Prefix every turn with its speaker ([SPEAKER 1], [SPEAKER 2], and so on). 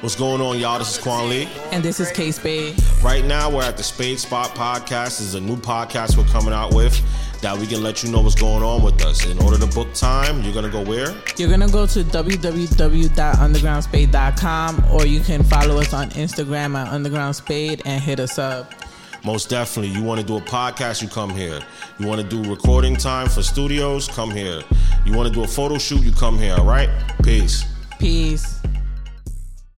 [SPEAKER 1] What's going on, y'all? This is Quan Lee.
[SPEAKER 2] And this is Case Spade.
[SPEAKER 1] Right now, we're at the Spade Spot Podcast. This is a new podcast we're coming out with that we can let you know what's going on with us. In order to book time, you're going to go where?
[SPEAKER 2] You're going to go to www.undergroundspade.com or you can follow us on Instagram at Underground Spade and hit us up.
[SPEAKER 1] Most definitely. You want to do a podcast, you come here. You want to do recording time for studios, come here. You want to do a photo shoot, you come here, all right? Peace.
[SPEAKER 2] Peace.